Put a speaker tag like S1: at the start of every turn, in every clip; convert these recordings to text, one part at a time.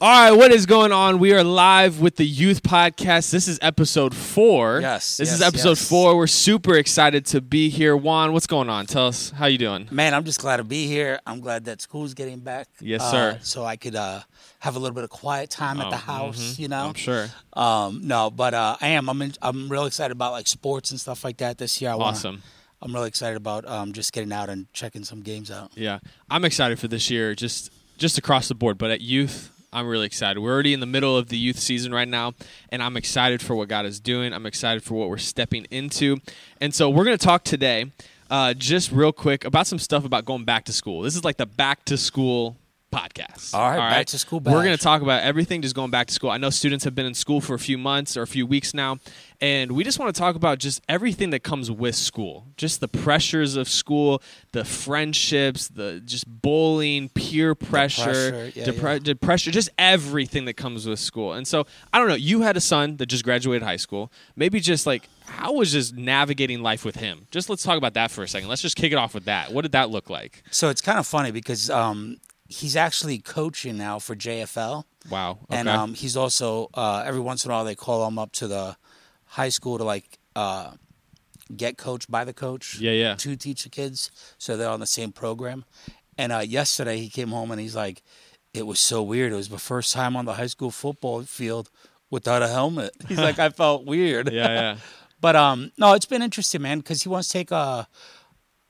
S1: All right, what is going on? We are live with the Youth Podcast. This is episode four.
S2: Yes,
S1: This is
S2: yes,
S1: episode
S2: yes.
S1: four. We're super excited to be here. Juan, what's going on? Tell us how you doing.
S2: Man, I'm just glad to be here. I'm glad that school's getting back.
S1: Yes,
S2: uh,
S1: sir.
S2: so I could uh, have a little bit of quiet time at the
S1: Oh,
S2: house,
S1: mhm.
S2: you know.
S1: I'm sure.
S2: Um, no, but uh, I am. I'm in, I'm real excited about like sports and stuff like that this year. I wanna-
S1: Awesome.
S2: I'm really excited about um, just getting out and checking some games out.
S1: Yeah. I'm excited for this year, just just across the board, but at youth, I'm really excited. We're already in the middle of the youth season right now, and I'm excited for what God is doing. I'm excited for what we're stepping into. And so we're going to talk today uh, just real quick about some stuff about going back to school. This is like the back to school podcast.
S2: All right, back to school
S1: We're
S2: bash.
S1: going to talk about everything just going back to school. I know students have been in school for a few months or a few weeks now, and we just want to talk about just everything that comes with school. Just the pressures of school, the friendships, the just bullying, peer pressure,
S2: pressure, yeah,
S1: depre-
S2: yeah.
S1: the pressure, just everything that comes with school. And so, I don't know, you had a son that just graduated high school. Maybe just like how was just navigating life with him? Just let's talk about that for a second. Let's just kick it off with that. What did that look like?
S2: So it's kind of funny because um, he's actually coaching now for JFL.
S1: Wow. Okay.
S2: and um, he's also uh, every once in a while they call him up to the high school to like uh, get coached by the coach.
S1: Yeah, yeah.
S2: To teach the kids, so they're on the same program. And uh, yesterday he came home and he's like, "It was so weird. It was my first time on the high school football field without a helmet." He's like, "I felt weird."
S1: yeah, yeah.
S2: But um, no, it's been interesting, man, because he wants to take a.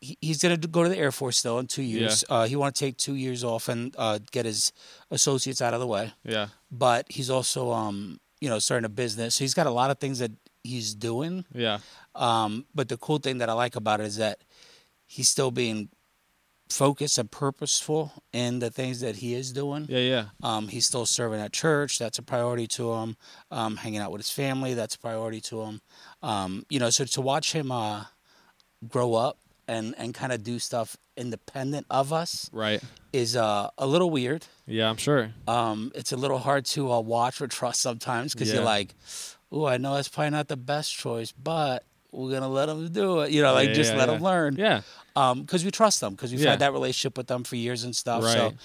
S2: he- He's gonna do- go to the Air Force still in two years. Uh, he want to take two years off and uh, get his associates out of the way
S1: Yeah.
S2: but he's also um you know starting a business so he's got a lot of things that he's doing
S1: Yeah.
S2: um but the cool thing that i like about it is that he's still being focused and purposeful in the things that he is doing
S1: Yeah, yeah.
S2: um he's still serving at church that's a priority to him um hanging out with his family that's a priority to him um you know so to watch him uh grow up and and kind of do stuff independent of us
S1: Right.
S2: is uh a little weird
S1: Yeah, I'm sure.
S2: um, it's a little hard to uh, watch or trust sometimes because
S1: Yeah.
S2: you're like, "Ooh, I know that's probably not the best choice, but we're gonna let them do it." You know, like
S1: Yeah,
S2: just
S1: yeah,
S2: let
S1: yeah.
S2: them learn.
S1: Yeah.
S2: because we trust them because we've
S1: Yeah.
S2: had that relationship with them for years and stuff. So,
S1: Right.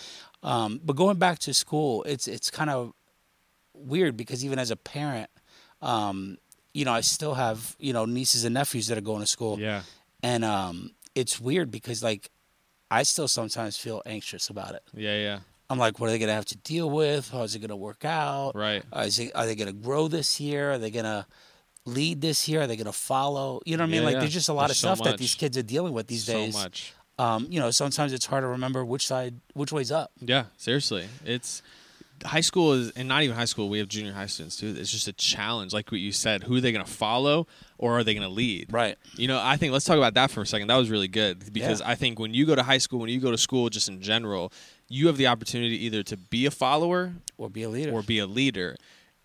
S2: um, but going back to school, it's it's kind of weird because even as a parent, um, you know, I still have you know nieces and nephews that are going to school,
S1: Yeah.
S2: and um, it's weird because like I still sometimes feel anxious about it.
S1: Yeah, yeah.
S2: I'm like, what are they going to have to deal with? How is it going to work out?
S1: Right.
S2: Uh, is it, are they going to grow this year? Are they going to lead this year? Are they going to follow? You know what I mean?
S1: Yeah,
S2: like,
S1: yeah.
S2: there's just a lot
S1: There's
S2: of
S1: so
S2: stuff that these
S1: much.
S2: kids are dealing with these
S1: so
S2: days.
S1: much.
S2: Um, you know, sometimes it's hard to remember which side, which way's up.
S1: Yeah, seriously. It's high school is and not even high school, we have junior high students too. It's just a challenge like what you said, who are they going to follow or are they going to lead?
S2: Right.
S1: You know, I think let's talk about that for a second. That was really good because
S2: Yeah.
S1: I think when you go to high school, when you go to school just in general, you have the opportunity either to be a follower
S2: Or be a leader.
S1: or be a leader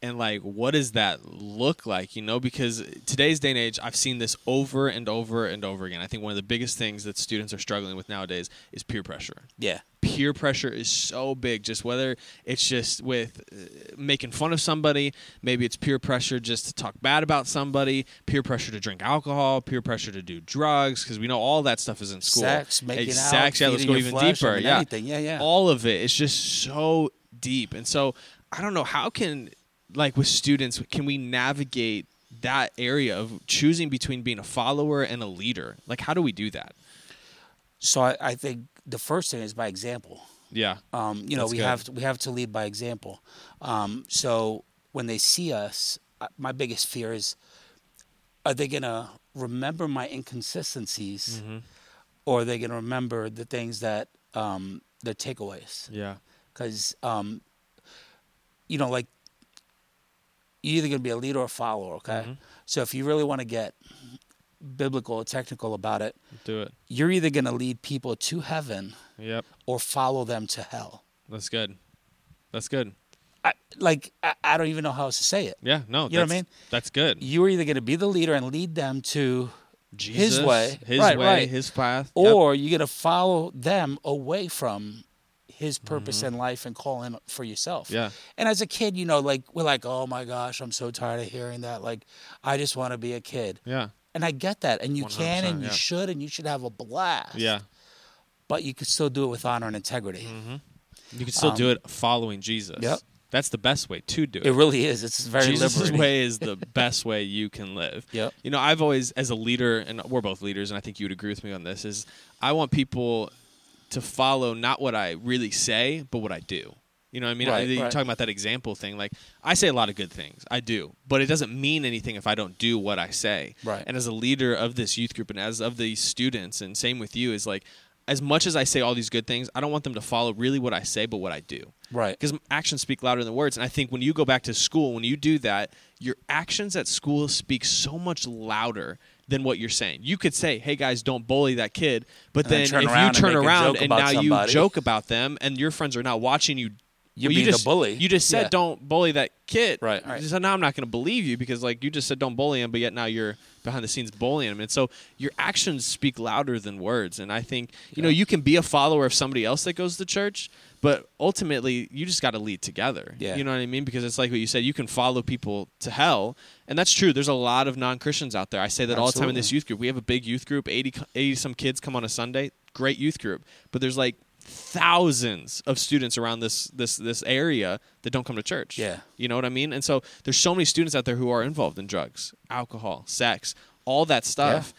S1: and like what does that look like you know because today's day and age i've seen this over and over and over again i think one of the biggest things that students are struggling with nowadays is peer pressure
S2: yeah.
S1: peer pressure is so big just whether it's just with uh, making fun of somebody maybe it's peer pressure just to talk bad about somebody peer pressure to drink alcohol peer pressure to do drugs because we know all that stuff is in school
S2: Sex, making out,
S1: sex yeah let's
S2: feeding
S1: go
S2: your
S1: even
S2: flesh, I
S1: deeper
S2: mean,
S1: yeah
S2: anything. Yeah, yeah.
S1: all of it it's just so deep and so i don't know how can like with students can we navigate that area of choosing between being a follower and a leader like how do we do that
S2: So I, I think the first thing is by example.
S1: yeah
S2: Um, you know,
S1: That's
S2: we
S1: good.
S2: have to, we have to lead by example. Um, so when they see us, uh, my biggest fear is, are they gonna remember my inconsistencies,
S1: Mm-hmm.
S2: or are they gonna remember the things that um, the takeaways?
S1: yeah
S2: Because um, you know, like you're either gonna be a leader or a follower. Okay,
S1: Mm-hmm.
S2: so if you really want to get biblical or technical about it,
S1: do it
S2: you're either gonna lead people to heaven
S1: yep
S2: or follow them to hell.
S1: That's good. That's good.
S2: I, like I, I don't even know how else to say it.
S1: Yeah, no,
S2: You know what I
S1: that's-
S2: mean?
S1: That's good.
S2: You are either going to be the leader and lead them to,
S1: Jesus,
S2: way.
S1: his
S2: Right,
S1: way,
S2: right.
S1: his path. Yep.
S2: or you're going to follow them away from His purpose in life and call Him for yourself.
S1: Mm-hmm. Yeah.
S2: And as a kid, you know, like we're like, oh my gosh, I'm so tired of hearing that. Like, I just want to be a kid.
S1: yeah,
S2: And I get that, and you can,
S1: 100%,
S2: and you
S1: yeah.
S2: should, and you should have a blast.
S1: yeah. Mm-hmm.
S2: But you can still do it with honor and integrity.
S1: You can still do it following Jesus.
S2: Yep.
S1: That's the best way to do Um, it.
S2: It really is. It's very
S1: Jesus'
S2: liberating.
S1: way is the best way you can live.
S2: Yep.
S1: You know, I've always, as a leader, and we're both leaders, and I think you would agree with me on this, is I want people to follow not what I really say, but what I do. You know what I mean? I-
S2: Right,
S1: You're
S2: right.
S1: talking about that example thing. Like, I say a lot of good things. I do. But it doesn't mean anything if I don't do what I say.
S2: Right.
S1: And as a leader of this youth group and as of these students, and same with you, is like, as much as I say all these good things, I don't want them to follow really what I say, but what I do
S2: Right.
S1: because actions speak louder than words and i think when you go back to school when you do that your actions at school speak so much louder than what you're saying you could say hey guys don't bully that kid but
S2: And then
S1: then,
S2: turn
S1: if
S2: around
S1: you
S2: and
S1: turn
S2: make a
S1: around
S2: joke
S1: and
S2: about
S1: now
S2: somebody.
S1: you joke about them and your friends are not watching you
S2: You're
S1: well,
S2: being
S1: you
S2: a
S1: just,
S2: bully.
S1: You just said
S2: Yeah.
S1: don't bully that kid.
S2: Right, right.
S1: So now I'm not going to believe you because like you just said don't bully him, but yet now you're behind the scenes bullying him. And so your actions speak louder than words. And I think you know you can be a follower of somebody else that goes to church, but ultimately you just got to lead together.
S2: Yeah.
S1: You know what I mean? Because it's like what you said. You can follow people to hell, and that's true. There's a lot of non Christians out there. I say that all the time in this
S2: Absolutely.
S1: youth group. We have a big youth group. 80, co- 80 some kids come on a Sunday. Great youth group, but there's like thousands of students around this this this area that don't come to church.
S2: Yeah.
S1: You know what I mean? And so there's so many students out there who are involved in drugs, alcohol, sex, all that stuff.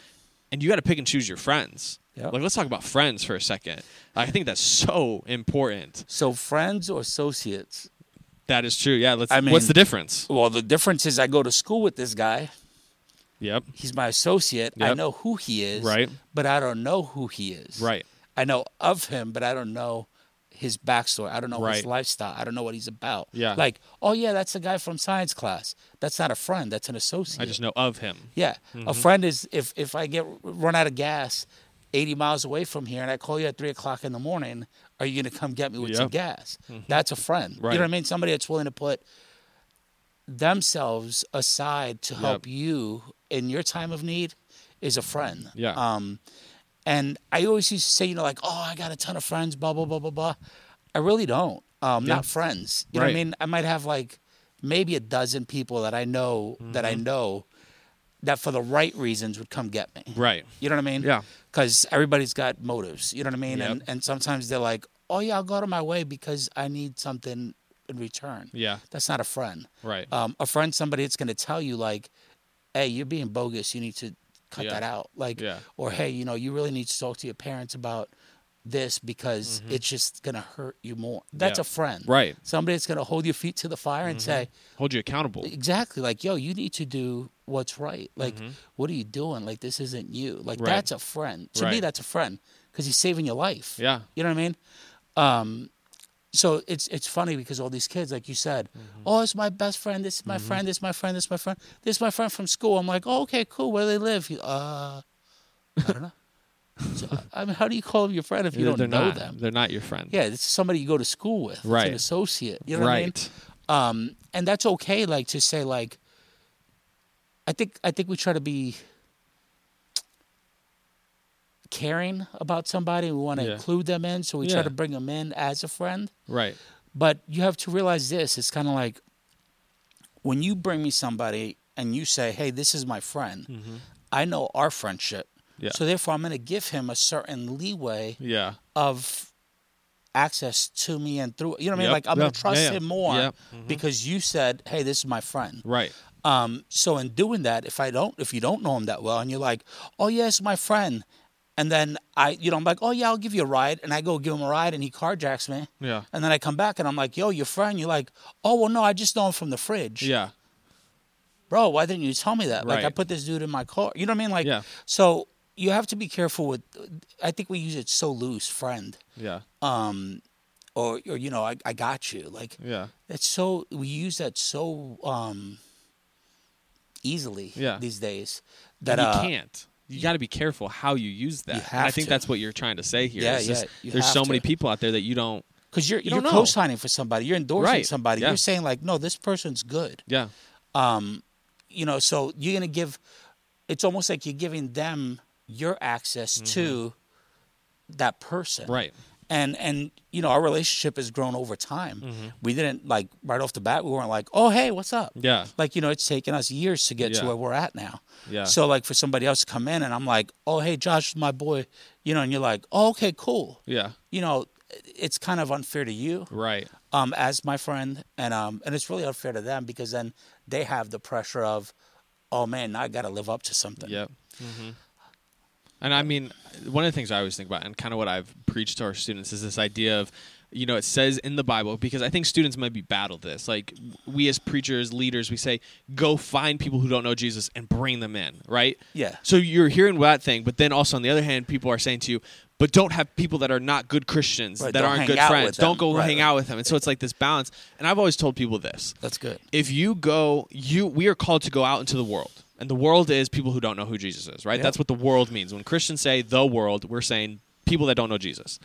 S1: And you got to pick and choose your friends.
S2: Yeah.
S1: Like let's talk about friends for a second. I think that's so important.
S2: So friends or associates?
S1: That is true. Yeah, let's
S2: I mean-
S1: What's the difference?
S2: Well, the difference is I go to school with this guy.
S1: Yep.
S2: He's my associate. I
S1: Yep.
S2: know who he is.
S1: Right.
S2: But I don't know who he is.
S1: Right.
S2: I know of him, but I don't know his backstory. I don't know
S1: Right.
S2: his lifestyle. I don't know what he's about.
S1: Yeah.
S2: Like, oh yeah, that's the guy from science class. That's not a friend. That's an associate.
S1: I just know of him.
S2: Yeah, a
S1: Mm-hmm.
S2: friend is if if I get run out of gas, eighty miles away from here, and I call you at three o'clock in the morning, are you going to come get me with some gas? That's a friend. You
S1: Mm-hmm. Right.
S2: know what I mean? Somebody that's willing to put themselves aside to help you in your time of need is a friend.
S1: Yeah.
S2: Um, and I always used to say, you know, like, oh, I got a ton of friends, blah blah blah blah blah. I really don't. Um,
S1: Yeah.
S2: Not friends. You know what
S1: Right.
S2: I mean? I might have like maybe a dozen people that I know that
S1: Mm-hmm.
S2: I know that for the right reasons would come get me.
S1: Right.
S2: You know what I mean?
S1: Yeah.
S2: Because everybody's got motives. You know what I mean?
S1: Yep.
S2: And and sometimes they're like, oh yeah, I'll go out of my way because I need something in return.
S1: Yeah.
S2: That's not a friend.
S1: Right.
S2: Um, a friend, somebody that's going to tell you like, hey, you're being bogus. You need to cut
S1: Yeah.
S2: that out. Like,
S1: Yeah.
S2: or hey, you know, you really need to talk to your parents about this because it's just going to hurt you more.
S1: Mm-hmm.
S2: That's
S1: Yeah.
S2: a friend.
S1: Right. Mm-hmm.
S2: Somebody that's going to hold your feet to the fire and say,
S1: Hold you accountable.
S2: exactly like yo you need to do what's right like what are you doing like this isn't you like
S1: Mm-hmm. Right.
S2: that's a friend to me
S1: Right.
S2: that's a friend because he's saving your life
S1: Yeah.
S2: you know what i mean um so it's it's funny because all these kids like you said
S1: Mm-hmm.
S2: oh it's my best friend this is my friend this is my friend this is my friend this is my friend from school i'm like oh, okay cool where do they live He, uh i don't know so, i mean how do you call them your friend if you
S1: They're-
S2: don't
S1: they're
S2: know
S1: not,
S2: them
S1: They're not your friend.
S2: yeah this is somebody you go to school with It's
S1: Right.
S2: an associate you know what I mean?
S1: right.
S2: um, and that's okay. Like to say, like, I think I think we try to be caring about somebody. We want to
S1: Yeah.
S2: include them in, so we try
S1: Yeah.
S2: to bring them in as a friend.
S1: Right.
S2: But you have to realize this: it's kind of like when you bring me somebody and you say, "Hey, this is my friend," I know our friendship,
S1: Mm-hmm. Yeah.
S2: so therefore I'm going to give him a certain leeway
S1: Yeah.
S2: of access to me and through you know what I mean
S1: Yep,
S2: like I'm
S1: yep,
S2: gonna
S1: yeah,
S2: trust
S1: yeah.
S2: him more
S1: Yep,
S2: because you said hey this is my friend
S1: Right.
S2: um so in doing that if I don't if you don't know him that well and you're like oh yeah it's my friend and then I you know I'm like oh yeah I'll give you a ride and I go give him a ride and he carjacks me
S1: Yeah.
S2: and then I come back and I'm like yo your friend you're like oh well no I just know him from the fridge
S1: Yeah.
S2: bro, why didn't you tell me that? Like, I
S1: Right.
S2: put this dude in my car. You know what I mean? Like,
S1: Yeah.
S2: so you have to be careful with. I think we use it so loose, friend,
S1: Yeah.
S2: um, or or you know, I, I got you. Like,
S1: Yeah.
S2: that's so we use that so um, easily
S1: Yeah.
S2: these days that
S1: you
S2: uh,
S1: can't. You got to be careful how you use that. And I
S2: have
S1: think
S2: to.
S1: that's what you're trying to say here.
S2: Yeah,
S1: It's just
S2: yeah, you
S1: there's
S2: have
S1: so many
S2: to.
S1: people out there that you don't.
S2: because you're
S1: You
S2: you are
S1: don't
S2: you are
S1: know.
S2: co-signing for somebody, you're endorsing
S1: Right,
S2: somebody,
S1: yeah.
S2: you're saying like, no, this person's good.
S1: Yeah.
S2: um, you know so you're gonna give it's almost like you're giving them your access to that person
S1: Mm-hmm. Right.
S2: and and you know our relationship has grown over time
S1: Mm-hmm.
S2: we didn't like right off the bat we weren't like oh hey what's up
S1: Yeah.
S2: like you know it's taken us years to get to
S1: Yeah.
S2: where we're at now
S1: Yeah.
S2: so like for somebody else to come in and i'm like oh hey josh my boy you know and you're like oh okay cool
S1: Yeah.
S2: you know it's kind of unfair to you
S1: Right.
S2: um, as my friend, and um, and it's really unfair to them because then they have the pressure of, oh man, now I got to live up to something.
S1: Yep.
S2: Mm-hmm.
S1: hmm And I mean, one of the things I always think about, and kind of what I've preached to our students, is this idea of, you know, it says in the Bible, because I think students maybe battle this. Like, we as preachers, leaders, we say, go find people who don't know Jesus and bring them in, right?
S2: Yeah.
S1: So you're hearing that thing, but then also on the other hand, people are saying to you, but don't have people that are not good Christians,
S2: Right,
S1: that
S2: don't
S1: aren't
S2: hang
S1: good
S2: out with
S1: friends. Don't
S2: them.
S1: go
S2: Right,
S1: hang
S2: right.
S1: out with them. And so it's like this balance. And I've always told people this
S2: That's good.
S1: if you go you we are called to go out into the world and the world is people who don't know who jesus is right
S2: Yeah.
S1: that's what the world means when christians say the world we're saying people that don't know jesus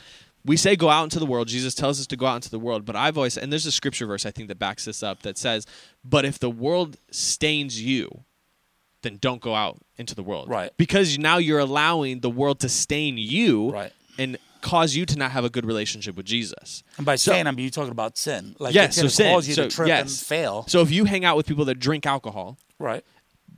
S1: we say go out into the world jesus tells us to go out into the world but i've always and there's a scripture verse i think that backs this up that says but if the world stains you then don't go out into the world
S2: Right.
S1: because now you're allowing the world to stain you
S2: Right.
S1: and cause you to not have a good relationship with jesus
S2: And by
S1: So-
S2: saying, I mean you talking about sin. Like
S1: yes
S2: it
S1: so
S2: just
S1: sin.
S2: cause you
S1: so,
S2: to trip
S1: yes.
S2: and fail.
S1: so if you hang out with people that drink alcohol
S2: Right.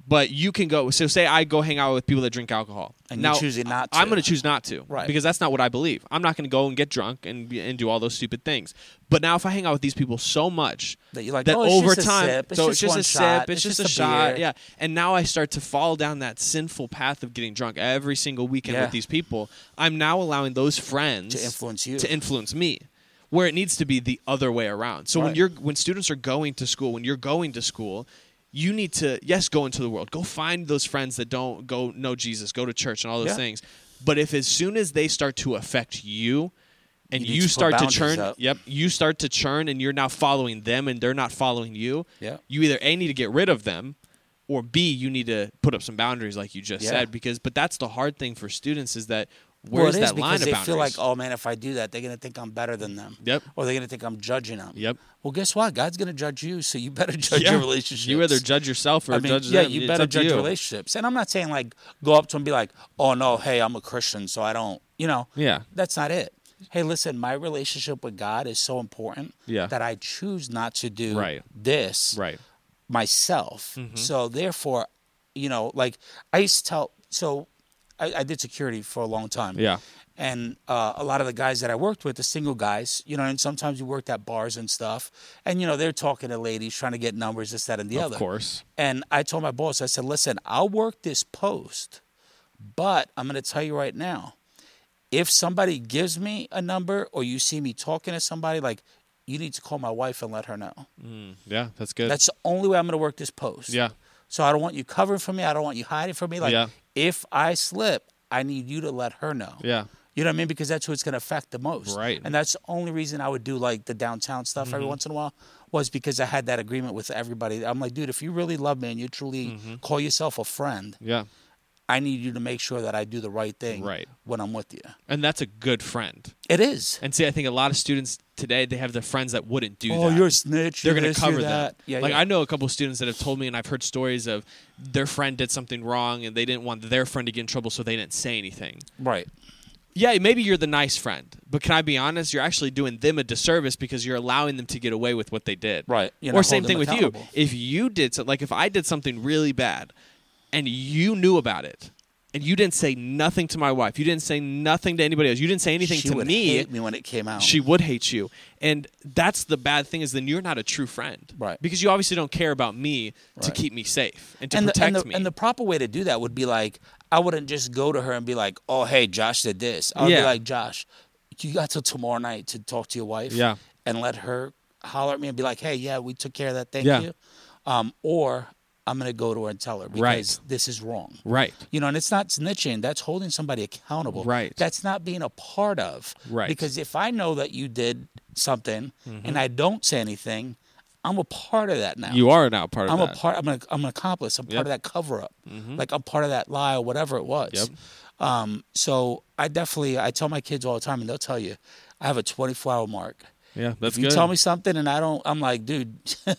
S1: but you can go. So say I go hang out with people that drink alcohol,
S2: And you're choosing not
S1: I'm
S2: to.
S1: going to choose not to,
S2: Right.
S1: Because that's not what I believe. I'm not going to go and get drunk and be- and do all those stupid things. But now if I hang out with these people so much
S2: That you're like,
S1: that
S2: "Oh, it's
S1: over
S2: just a
S1: time,
S2: sip. It's
S1: so
S2: just
S1: it's
S2: one
S1: just a sip,
S2: shot.
S1: it's,
S2: It's
S1: just,
S2: just
S1: a,
S2: a
S1: shot,
S2: beer."
S1: yeah. And now I start to fall down that sinful path of getting drunk every single weekend
S2: Yeah.
S1: with these people. I'm now allowing those friends
S2: To influence you.
S1: to influence me. Where it needs to be the other way around. So when
S2: Right.
S1: you're when students are going to school, when you're going to school, you need to yes go into the world, go find those friends that don't go know Jesus, go to church and all those
S2: Yeah.
S1: things. But if as soon as they start to affect you, and
S2: You need
S1: you,
S2: to put
S1: start to
S2: boundaries
S1: churn,
S2: up.
S1: yep, you start to churn, and you're now following them, and they're not following you.
S2: Yeah.
S1: you either a need to get rid of them, or b you need to put up some boundaries, like you just
S2: Yeah.
S1: said. Because but that's the hard thing for students is that
S2: Well,
S1: where's
S2: it is
S1: that line
S2: because
S1: of
S2: they
S1: boundaries?
S2: feel like, oh man, if I do that, they're gonna think I'm better than them.
S1: Yep.
S2: Or they're gonna think I'm judging them.
S1: Yep.
S2: Well, guess what? God's gonna judge you, so you better judge your relationship.
S1: You either judge yourself or
S2: I mean,
S1: judge
S2: yeah,
S1: them.
S2: you
S1: It's
S2: better
S1: up to
S2: judge
S1: you.
S2: relationships. And I'm not saying like go up to 'em and be like, oh no, hey, I'm a Christian, so I don't, you know.
S1: Yeah.
S2: That's not it. Hey, listen, my relationship with God is so important
S1: Yeah.
S2: that I choose not to do
S1: Right.
S2: this
S1: Right.
S2: myself.
S1: Mm-hmm.
S2: So therefore, you know, like I used to tell. So I, I did security for a long time.
S1: Yeah.
S2: And uh, a lot of the guys that I worked with, the single guys, you know, and sometimes we worked at bars and stuff, and you know they're talking to ladies, trying to get numbers, this, that, and the other.
S1: Of course.
S2: And I told my boss, I said, listen, I'll work this post, but I'm going to tell you right now if somebody gives me a number or you see me talking to somebody, like, you need to call my wife and let her know.
S1: Yeah, that's good.
S2: Mm. That's the only way I'm going to work this post.
S1: yeah.
S2: So I don't want you covering for me. I don't want you hiding from me. Like,
S1: Yeah.
S2: if I slip, I need you to let her know.
S1: Yeah.
S2: You know what I mean? Because that's who it's going to affect the most.
S1: Right. Mm-hmm.
S2: And that's the only reason I would do like the downtown stuff every once in a while was because I had that agreement with everybody. I'm like, dude, if you really love me and you truly
S1: Mm-hmm.
S2: call yourself a friend,
S1: Yeah.
S2: I need you to make sure that I do the right thing
S1: Right.
S2: when I'm with you.
S1: And that's a good friend.
S2: It is.
S1: And see, I think a lot of students today they have their friends that wouldn't do
S2: oh,
S1: that.
S2: you're a snitch.
S1: they're
S2: you're
S1: going
S2: this,
S1: to
S2: you're
S1: cover
S2: that.
S1: that.
S2: Yeah,
S1: like
S2: yeah.
S1: I know a couple students that have told me, and I've heard stories of their friend did something wrong, and they didn't want their friend to get in trouble, so they didn't say anything.
S2: Right.
S1: yeah, maybe you're the nice friend, but can I be honest? You're actually doing them a disservice because you're allowing them to get away with what they did.
S2: Right. You're
S1: or
S2: not
S1: same
S2: holding
S1: thing
S2: them
S1: with you.
S2: accountable.
S1: If you did so, like if I did something really bad, and you knew about it, and you didn't say nothing to my wife, you didn't say nothing to anybody else, you didn't say anything
S2: she
S1: to
S2: would
S1: me,
S2: hate me when it came out.
S1: she would hate you. And that's the bad thing is then you're not a true friend,
S2: Right.
S1: Because you obviously don't care about me to
S2: Right.
S1: keep me safe and to
S2: and the,
S1: protect
S2: and the,
S1: me.
S2: And the proper way to do that would be like, I wouldn't just go to her and be like, oh, hey, Josh did this. I would
S1: Yeah.
S2: be like, Josh, you got till tomorrow night to talk to your wife
S1: Yeah.
S2: and let her holler at me and be like, hey, yeah, we took care of that. Thank
S1: Yeah.
S2: you. Um, or I'm going to go to her and tell her because
S1: Right.
S2: this is wrong.
S1: right.
S2: You know, and it's not snitching. That's holding somebody accountable.
S1: Right.
S2: That's not being a part of.
S1: Right. Mm-hmm.
S2: Because if I know that you did something and I don't say anything, I'm a part of that now.
S1: You are now part of
S2: I'm
S1: that.
S2: a part. I'm an, I'm an accomplice. I'm
S1: Yep. Mm-hmm.
S2: part of that cover up. Like I'm part of that lie or whatever it was.
S1: Yep.
S2: Um, so I definitely I tell my kids all the time, and they'll tell you, I have a 24 hour mark.
S1: yeah, that's
S2: if you
S1: good. Mm-hmm.
S2: tell me something and I don't, I'm like, dude,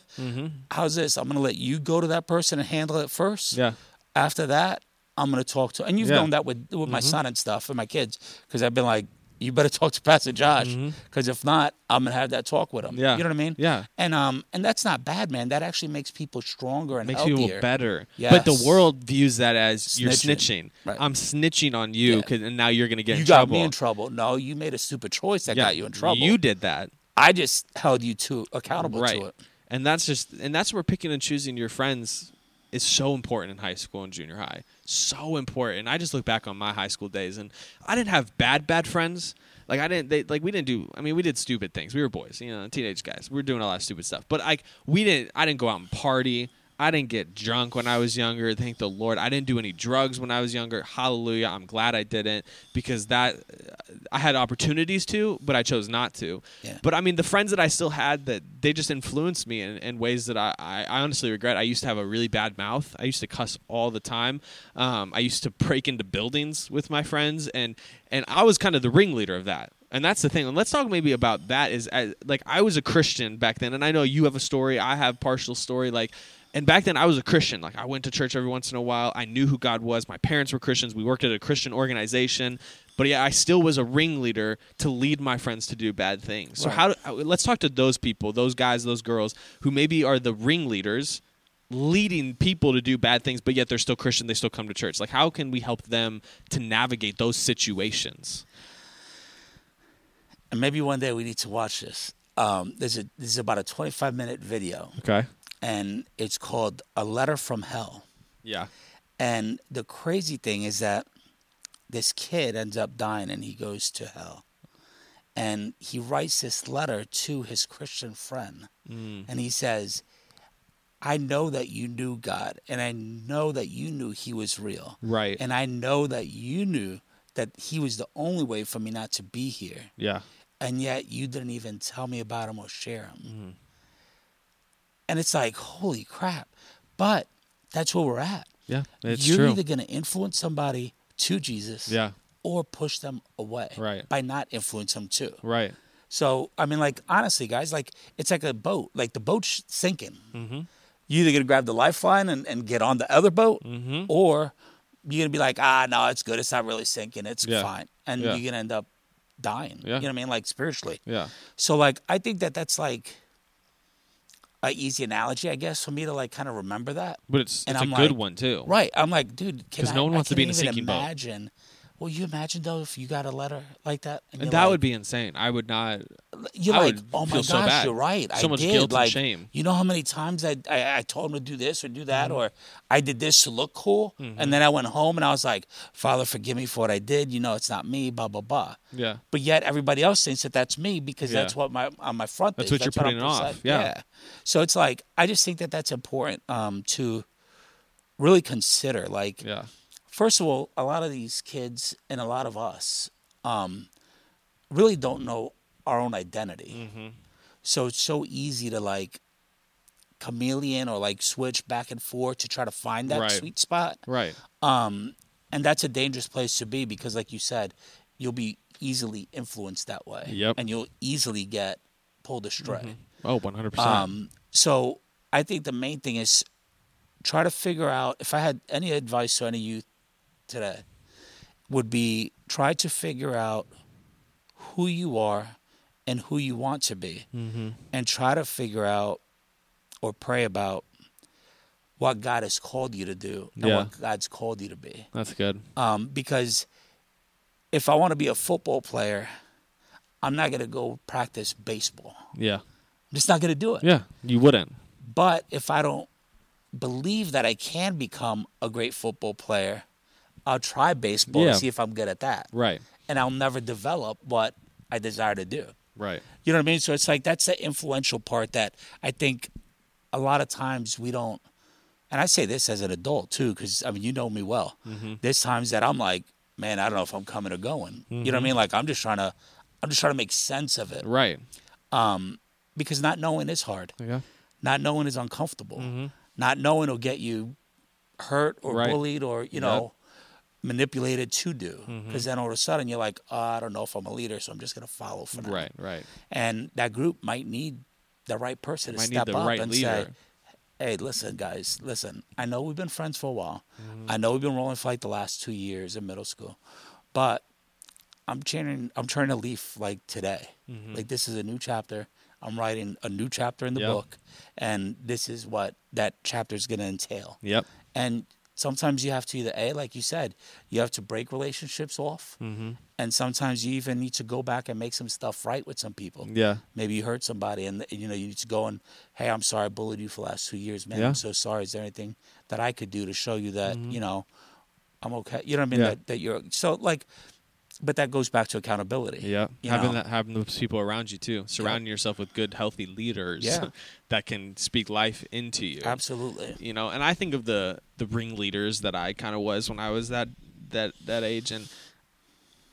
S2: how's this? I'm gonna let you go to that person and handle it first.
S1: Yeah.
S2: After that, I'm gonna talk to. And you've
S1: Yeah. Mm-hmm.
S2: known that with with my son and stuff and my kids because I've been like, you better talk to Pastor Josh because if not, I'm gonna have that talk with him.
S1: Mm-hmm. Yeah.
S2: You know what I mean?
S1: Yeah.
S2: And um and that's not bad, man. That actually makes people stronger and
S1: makes
S2: healthier.
S1: people better. But the
S2: Yes.
S1: world views that as you're snitching.
S2: Snitching. Right.
S1: I'm snitching on you, 'cause- and now you're going to get
S2: You
S1: in
S2: got
S1: trouble.
S2: me in trouble. No, you made a stupid choice that
S1: Yeah,
S2: got you in trouble.
S1: You did that.
S2: I just held you to accountable
S1: right.
S2: to it.
S1: And that's just and that's where picking and choosing your friends is so important in high school and junior high. So important. I just look back on my high school days and I didn't have bad bad friends. Like I didn't they like we didn't do I mean we did stupid things. We were boys, you know, teenage guys. We were doing a lot of stupid stuff. But like we didn't I didn't go out and party. I didn't get drunk when I was younger. Thank the Lord. I didn't do any drugs when I was younger. Hallelujah. I'm glad I didn't because that I had opportunities to, but I chose not to.
S2: Yeah.
S1: But I mean, the friends that I still had that they just influenced me in, in ways that I, I, I honestly regret. I used to have a really bad mouth. I used to cuss all the time. Um, I used to break into buildings with my friends, and and I was kind of the ringleader of that. And that's the thing. And let's talk maybe about that. Is as, like I was a Christian back then, and I know you have a story. I have partial story. Like and back then I was a Christian. Like I went to church every once in a while. I knew who God was. My parents were Christians. We worked at a Christian organization. But yeah, I still was a ringleader to lead my friends to do bad things. So
S2: Right.
S1: how do, uh, let's talk to those people, those guys, those girls who maybe are the ringleaders leading people to do bad things, but yet they're still Christian, they still come to church. Like how can we help them to navigate those situations?
S2: And maybe one day we need to watch this. Um, there's a this is about a 25 minute video,
S1: Okay.
S2: and it's called "A Letter from Hell."
S1: Yeah.
S2: And the crazy thing is that this kid ends up dying and he goes to hell. And he writes this letter to his Christian friend. And he says, I know that you knew God, and I know that you knew He was real.
S1: Right.
S2: And I know that you knew that He was the only way for me not to be here
S1: yeah.
S2: and yet you didn't even tell me about him or share him.
S1: Mm-hmm.
S2: And it's like, holy crap. But that's where we're at.
S1: Yeah. It's
S2: You're
S1: true.
S2: either going to influence somebody to Jesus
S1: Yeah.
S2: or push them away
S1: Right.
S2: by not influencing them too.
S1: right.
S2: So, I mean, like, honestly, guys, like, it's like a boat. Like, the boat's sinking. Mm-hmm. You're either going to grab the lifeline and, and get on the other boat
S1: Mm-hmm.
S2: or you're going to be like, ah, no, it's good. It's not really sinking. It's
S1: Yeah.
S2: fine. And
S1: Yeah.
S2: you're going to end up dying.
S1: Yeah.
S2: You know what I mean? Like, spiritually.
S1: Yeah.
S2: So like I think that that's like a easy analogy, I guess, for me to like kind of remember that.
S1: But it's,
S2: And
S1: it's a
S2: I'm
S1: good
S2: like-
S1: one too.
S2: Right. I'm like, dude,
S1: 'Cause
S2: because
S1: no one wants to be in a sinking boat.
S2: imagine, Well, you imagine though if you got a letter like that,
S1: And
S2: and, you're
S1: that
S2: like,
S1: would be insane. I would not.
S2: you're
S1: I
S2: like,
S1: would
S2: oh my
S1: feel
S2: gosh,
S1: so bad.
S2: you're right.
S1: So
S2: I
S1: much
S2: did.
S1: guilt and
S2: like,
S1: shame. Mm-hmm.
S2: You know how many times I I, I told him to do this or do that, or I did this to look cool, and then I went home and I was like, Father, forgive me for what I did. You know, it's not me. Blah blah blah.
S1: Yeah.
S2: But yet everybody else thinks that that's me because
S1: Yeah.
S2: that's what my on my front.
S1: That's
S2: page,
S1: what you're
S2: I'm
S1: putting it off,
S2: presenting.
S1: yeah.
S2: So it's like I just think that that's important um, to really consider. Like,
S1: Yeah.
S2: first of all, a lot of these kids and a lot of us um, really don't know our own identity.
S1: Mm-hmm.
S2: So it's so easy to like chameleon or like switch back and forth to try to find that
S1: Right.
S2: sweet spot.
S1: Right.
S2: Um, and that's a dangerous place to be because, like you said, you'll be easily influenced that way.
S1: Yep.
S2: And you'll easily get pulled astray.
S1: Oh, 100%.
S2: Um, so I think the main thing is try to figure out if I had any advice to any youth today, would be try to figure out who you are and who you want to be, and try to figure out or pray about what God has called you to do and
S1: Yeah.
S2: what God's called you to be
S1: That's good.
S2: um, because if I want to be a football player, I'm not going to go practice baseball.
S1: Yeah.
S2: I'm just not going to do it.
S1: Yeah. You wouldn't.
S2: But if I don't believe that I can become a great football player, I'll try baseball
S1: Yeah.
S2: and see if I'm good at that.
S1: Right.
S2: And I'll never develop what I desire to do.
S1: Right.
S2: You know what I mean? So it's like that's the influential part that I think a lot of times we don't. And I say this as an adult too, because I mean you know me well. There's times that I'm like, man, I don't know if I'm coming or going. You know what I mean? Like I'm just trying to, I'm just trying to make sense of it.
S1: Right.
S2: Um, because not knowing is hard.
S1: Yeah.
S2: Not knowing is uncomfortable. Not knowing will get you hurt or
S1: Mm-hmm. Right.
S2: bullied or you know manipulated to do.
S1: Mm-hmm.
S2: Because then all of a sudden you're like, oh, I don't know if I'm a leader, so I'm just gonna follow for now
S1: Right. Right.
S2: and that group might need the right person to
S1: Might need
S2: step
S1: the
S2: up
S1: right
S2: and say,
S1: leader.
S2: "Hey, listen, guys, listen. I know we've been friends for a while.
S1: Mm-hmm.
S2: I know we've been rolling for like the last two years in middle school, but I'm turning I'm turning a leaf like today. Like this is a new chapter. I'm writing a new chapter in the
S1: Mm-hmm. Yep.
S2: book, and this is what that chapter is going to entail.
S1: Yep.
S2: And sometimes you have to either a like you said you have to break relationships off
S1: Mm-hmm.
S2: and sometimes you even need to go back and make some stuff right with some people
S1: Yeah.
S2: maybe you hurt somebody and you know you need to go and hey i'm sorry i bullied you for the last two years man
S1: Yeah. Mm-hmm.
S2: i'm so sorry is there anything that i could do to show you that you know i'm okay you know what i mean
S1: Yeah.
S2: that, that you're so like but that goes back to accountability
S1: Yeah,
S2: you
S1: having
S2: know?
S1: that having those people around you too, surrounding yourself with good, healthy leaders
S2: Yeah.
S1: that can speak life into you.
S2: absolutely
S1: You know, and I think of the the ringleaders that I kind of was when I was that that that age, and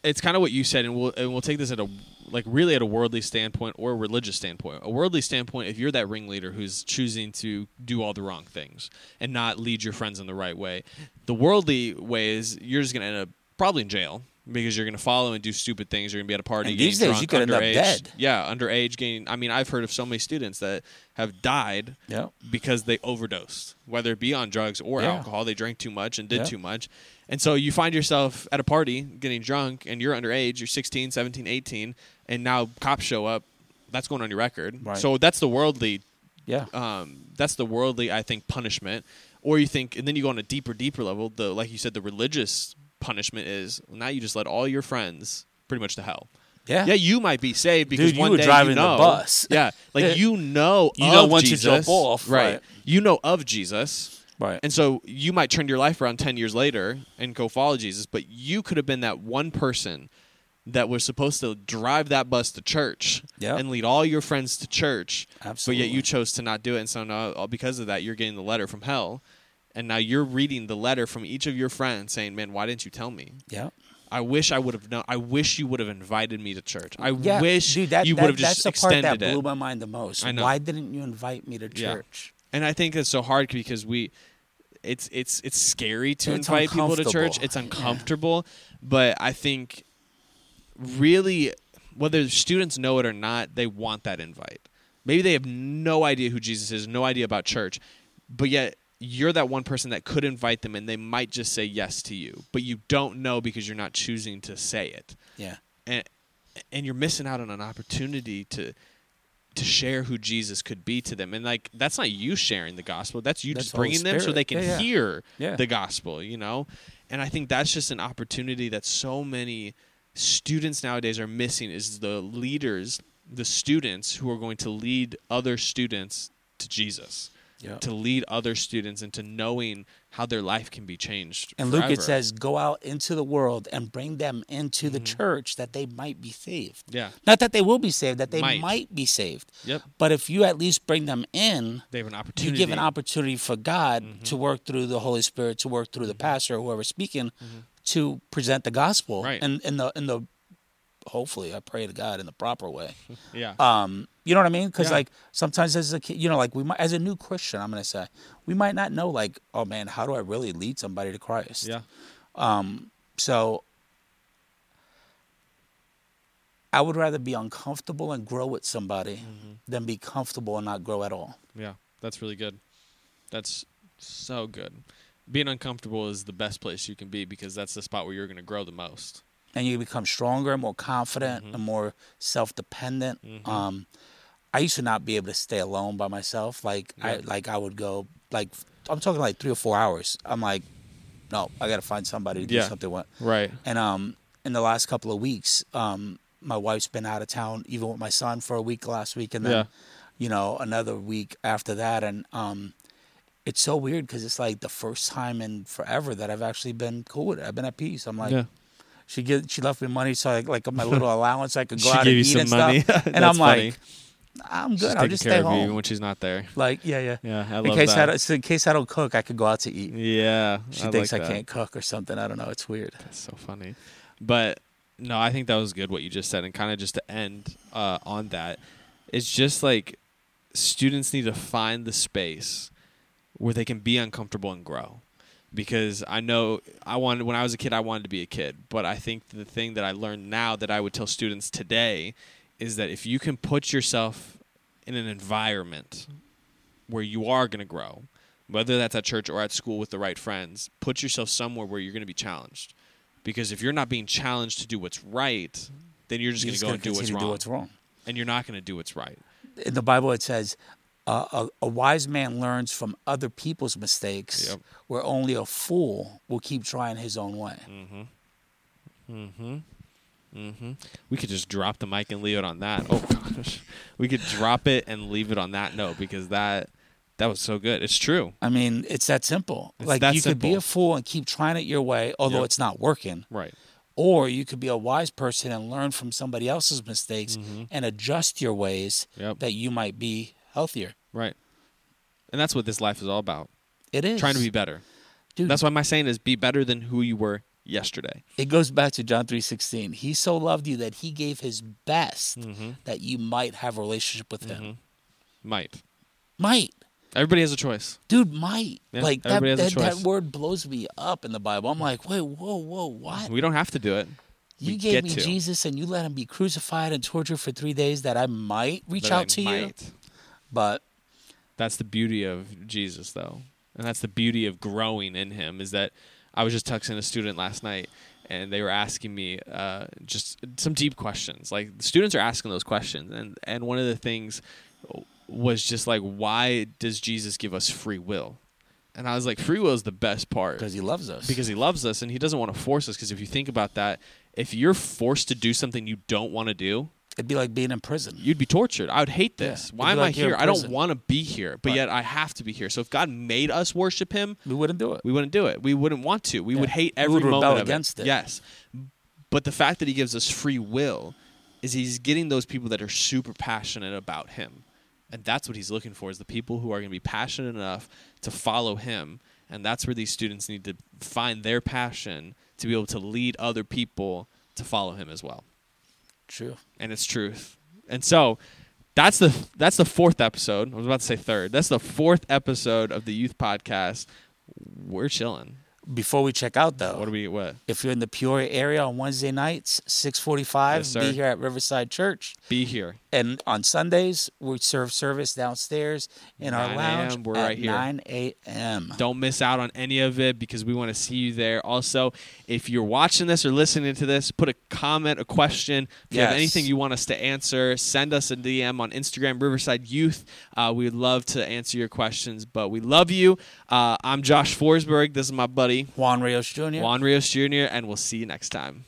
S1: it's kind of what you said, and we'll and we'll take this at a like really at a worldly standpoint or a religious standpoint. A worldly standpoint, if you're that ringleader who's choosing to do all the wrong things and not lead your friends in the right way, the worldly way is you're just gonna end up probably in jail because you're gonna follow and do stupid things. You're gonna be at a party.
S2: And
S1: getting
S2: these days,
S1: drunk,
S2: you could end up
S1: underage.
S2: dead.
S1: Yeah, underage getting. I mean, I've heard of so many students that have died
S2: yeah
S1: because they overdosed, whether it be on drugs or
S2: Yeah.
S1: alcohol. They drank too much and did
S2: Yeah.
S1: too much. And so you find yourself at a party getting drunk and you're underage, you're 16, 17, 18, and now cops show up. That's going on your record.
S2: Right.
S1: So that's the worldly
S2: yeah
S1: um, that's the worldly i think punishment or you think and then you go on a deeper deeper level the like you said the religious punishment is now you just let all your friends pretty much to hell
S2: Yeah.
S1: yeah you might be saved because
S2: Dude, you
S1: one
S2: were
S1: day
S2: driving
S1: you
S2: the
S1: know,
S2: bus.
S1: yeah
S2: Yeah.
S1: like you know
S2: You know
S1: of
S2: once you
S1: jesus,
S2: jump off, right.
S1: you know of jesus
S2: right
S1: and so you might turn your life around 10 years later and go follow Jesus, but you could have been that one person that was supposed to drive that bus to church
S2: Yep.
S1: and lead all your friends to church.
S2: Absolutely.
S1: But yet you chose to not do it. And so now, all- because of that, you're getting the letter from hell. And now you're reading the letter from each of your friends saying, Man, why didn't you tell me?
S2: yeah
S1: I wish I would have known. I wish you would have invited me to church. I
S2: yeah,
S1: wish
S2: dude, that,
S1: you
S2: that-
S1: would have just
S2: that's the part
S1: extended
S2: that
S1: it.
S2: blew my mind the most.
S1: I know.
S2: Why didn't you invite me to
S1: Yeah.
S2: church?
S1: And I think it's so hard because we, it's it's it's scary to
S2: It's
S1: invite people to church.
S2: uncomfortable.
S1: It's uncomfortable, but I think really, whether students know it or not, they want that invite. Maybe they have no idea who Jesus is, no idea about church, but yet you're that one person that could invite them, and they might just say yes to you, but you don't know because you're not choosing to say it
S2: Yeah,
S1: and and you're missing out on an opportunity to to share who Jesus could be to them. And like that's not you sharing the gospel. That's you
S2: That's
S1: just
S2: the Holy
S1: bringing them so
S2: Spirit.
S1: they can
S2: Yeah, yeah.
S1: hear
S2: Yeah.
S1: the gospel, you know? And I think that's just an opportunity that so many students nowadays are missing is the leaders, the students who are going to lead other students to Jesus.
S2: Yeah.
S1: To lead other students into knowing how their life can be changed.
S2: and Luke it
S1: forever.
S2: says, "Go out into the world and bring them into the
S1: Mm-hmm.
S2: church that they might be saved."
S1: Yeah.
S2: Not that they will be saved, that they
S1: Might.
S2: might, be saved.
S1: Yep.
S2: But if you at least bring them in,
S1: They have an
S2: you
S1: opportunity. Mm-hmm.
S2: give an opportunity for God to work through the Holy Spirit, to work through the pastor, or whoever's speaking, to present the gospel,
S1: Mm-hmm. Right.
S2: And in the in the hopefully, I pray to God in the proper way.
S1: Yeah.
S2: um you know what i mean because
S1: Yeah.
S2: like sometimes as a kid you know like we might as a new christian i'm gonna say we might not know like oh man how do i really lead somebody to christ
S1: yeah.
S2: so i would rather be uncomfortable and grow with somebody than be comfortable and not grow at all
S1: Yeah, that's really good. That's so good. Being uncomfortable is the best place you can be because that's the spot where you're going to grow the most.
S2: and you become stronger and more confident and more self-dependent um i used to not be able to stay alone by myself like i
S1: Yeah.
S2: like i would go like i'm talking like three or four hours i'm like no i gotta find somebody to do
S1: Yeah.
S2: something with
S1: Right.
S2: And um, in the last couple of weeks, um, my wife's been out of town, even with my son, for a week last week, and then
S1: Yeah.
S2: you know another week after that. And um, it's so weird because it's like the first time in forever that I've actually been cool with it. I've been at peace. I'm like.
S1: Yeah.
S2: She give, she left me money so I like my little allowance I could go
S1: She
S2: out
S1: gave
S2: and
S1: you
S2: eat
S1: some
S2: and
S1: money.
S2: stuff. And
S1: That's
S2: I'm
S1: funny.
S2: like, I'm
S1: She's
S2: good. I'll
S1: taking
S2: just
S1: care
S2: stay
S1: of you
S2: home.
S1: even when she's not there.
S2: Like yeah, yeah.
S1: Yeah, I
S2: in
S1: love
S2: case I
S1: that.
S2: don't, so in case I don't cook, I could go out to eat.
S1: Yeah.
S2: She thinks
S1: like
S2: I
S1: that.
S2: can't cook or something. I don't know. It's weird.
S1: That's so funny. But no, I think that was good what you just said. And kind of just to end uh, on that, it's just like students need to find the space where they can be uncomfortable and grow. Because I know I wanted when I was a kid, I wanted to be a kid. But I think the thing that I learned now that I would tell students today is that if you can put yourself in an environment where you are going to grow, whether that's at church or at school with the right friends, put yourself somewhere where you're going to be challenged. Because if you're not being challenged to do what's right, then you're just
S2: You're
S1: going to go and do what's
S2: continue to
S1: wrong,
S2: Do what's wrong.
S1: and you're not going to do what's right.
S2: in the Bible it says, uh, a, a wise man learns from other people's mistakes,
S1: Yep.
S2: where only a fool will keep trying his own way.
S1: Mm. We could just drop the mic and leave it on that. Oh gosh, we could drop it and leave it on that note because that that was so good. It's true,
S2: I mean, it's that simple.
S1: It's
S2: like
S1: that
S2: you could be
S1: simple.
S2: a fool and keep trying it your way, although
S1: Yep.
S2: it's not working,
S1: right?
S2: or you could be a wise person and learn from somebody else's mistakes and adjust your ways
S1: Mm-hmm. Yep.
S2: that you might be healthier.
S1: Right. And that's what this life is all about.
S2: It is
S1: Trying to be better.
S2: Dude,
S1: That's why my saying is be better than who you were yesterday.
S2: it goes back to John 3:16. He so loved you that he gave his best
S1: Mm-hmm.
S2: that you might have a relationship with him.
S1: Might.
S2: Might.
S1: Everybody has a choice.
S2: Dude, might.
S1: Yeah,
S2: like that
S1: everybody has a
S2: that, that
S1: choice.
S2: word blows me up in the Bible. I'm like, "Wait, whoa, whoa, what?
S1: We don't have to do it.
S2: You
S1: Mm-hmm. we
S2: gave
S1: get
S2: me
S1: to.
S2: Jesus and you let him be crucified and tortured for 3 days that I might reach
S1: But I
S2: out to you."
S1: might.
S2: But
S1: That's the beauty of Jesus though. And that's the beauty of growing in him is that I was just texting a student last night and they were asking me uh, just some deep questions. Like the students are asking those questions and and one of the things was just like why does Jesus give us free will? And I was like free will is the best part.
S2: because he loves us.
S1: because he loves us and he doesn't want to force us because if you think about that if you're forced to do something you don't want to do
S2: it'd be like being in prison.
S1: you'd be tortured i would hate this
S2: Yeah.
S1: why
S2: It'd
S1: am
S2: be
S1: i
S2: like you're
S1: here
S2: in
S1: i don't
S2: prison.
S1: want to be here but
S2: Right.
S1: yet i have to be here so if god made us worship him
S2: we wouldn't do it.
S1: we wouldn't do it we wouldn't want to we would
S2: Yeah.
S1: hate
S2: We
S1: every
S2: would rebel
S1: moment of
S2: against it.
S1: yes but the fact that he gives us free will is he's getting those people that are super passionate about him and that's what he's looking for is the people who are going to be passionate enough to follow him and that's where these students need to find their passion to be able to lead other people to follow him as well
S2: True.
S1: and it's truth. And so that's the that's the fourth episode. I was about to say third. That's the fourth episode of the youth podcast. We're chilling.
S2: Before we check out though,
S1: What do we what?
S2: If you're in the Peoria area on Wednesday nights, 645,
S1: Yes, sir.
S2: be here at Riverside Church.
S1: Be here.
S2: And on Sundays, we serve service downstairs in our
S1: 9
S2: lounge
S1: a.m., we're
S2: at
S1: right here.
S2: 9 a.m.
S1: Don't miss out on any of it because we want to see you there. Also, if you're watching this or listening to this, put a comment, a question. If you have
S2: Yes.
S1: anything you want us to answer, send us a DM on Instagram, Riverside Youth. Uh, we'd love to answer your questions, but we love you. Uh, I'm Josh Forsberg. This is my buddy,
S2: Juan Rios Jr.
S1: Juan Rios Jr., and we'll see you next time.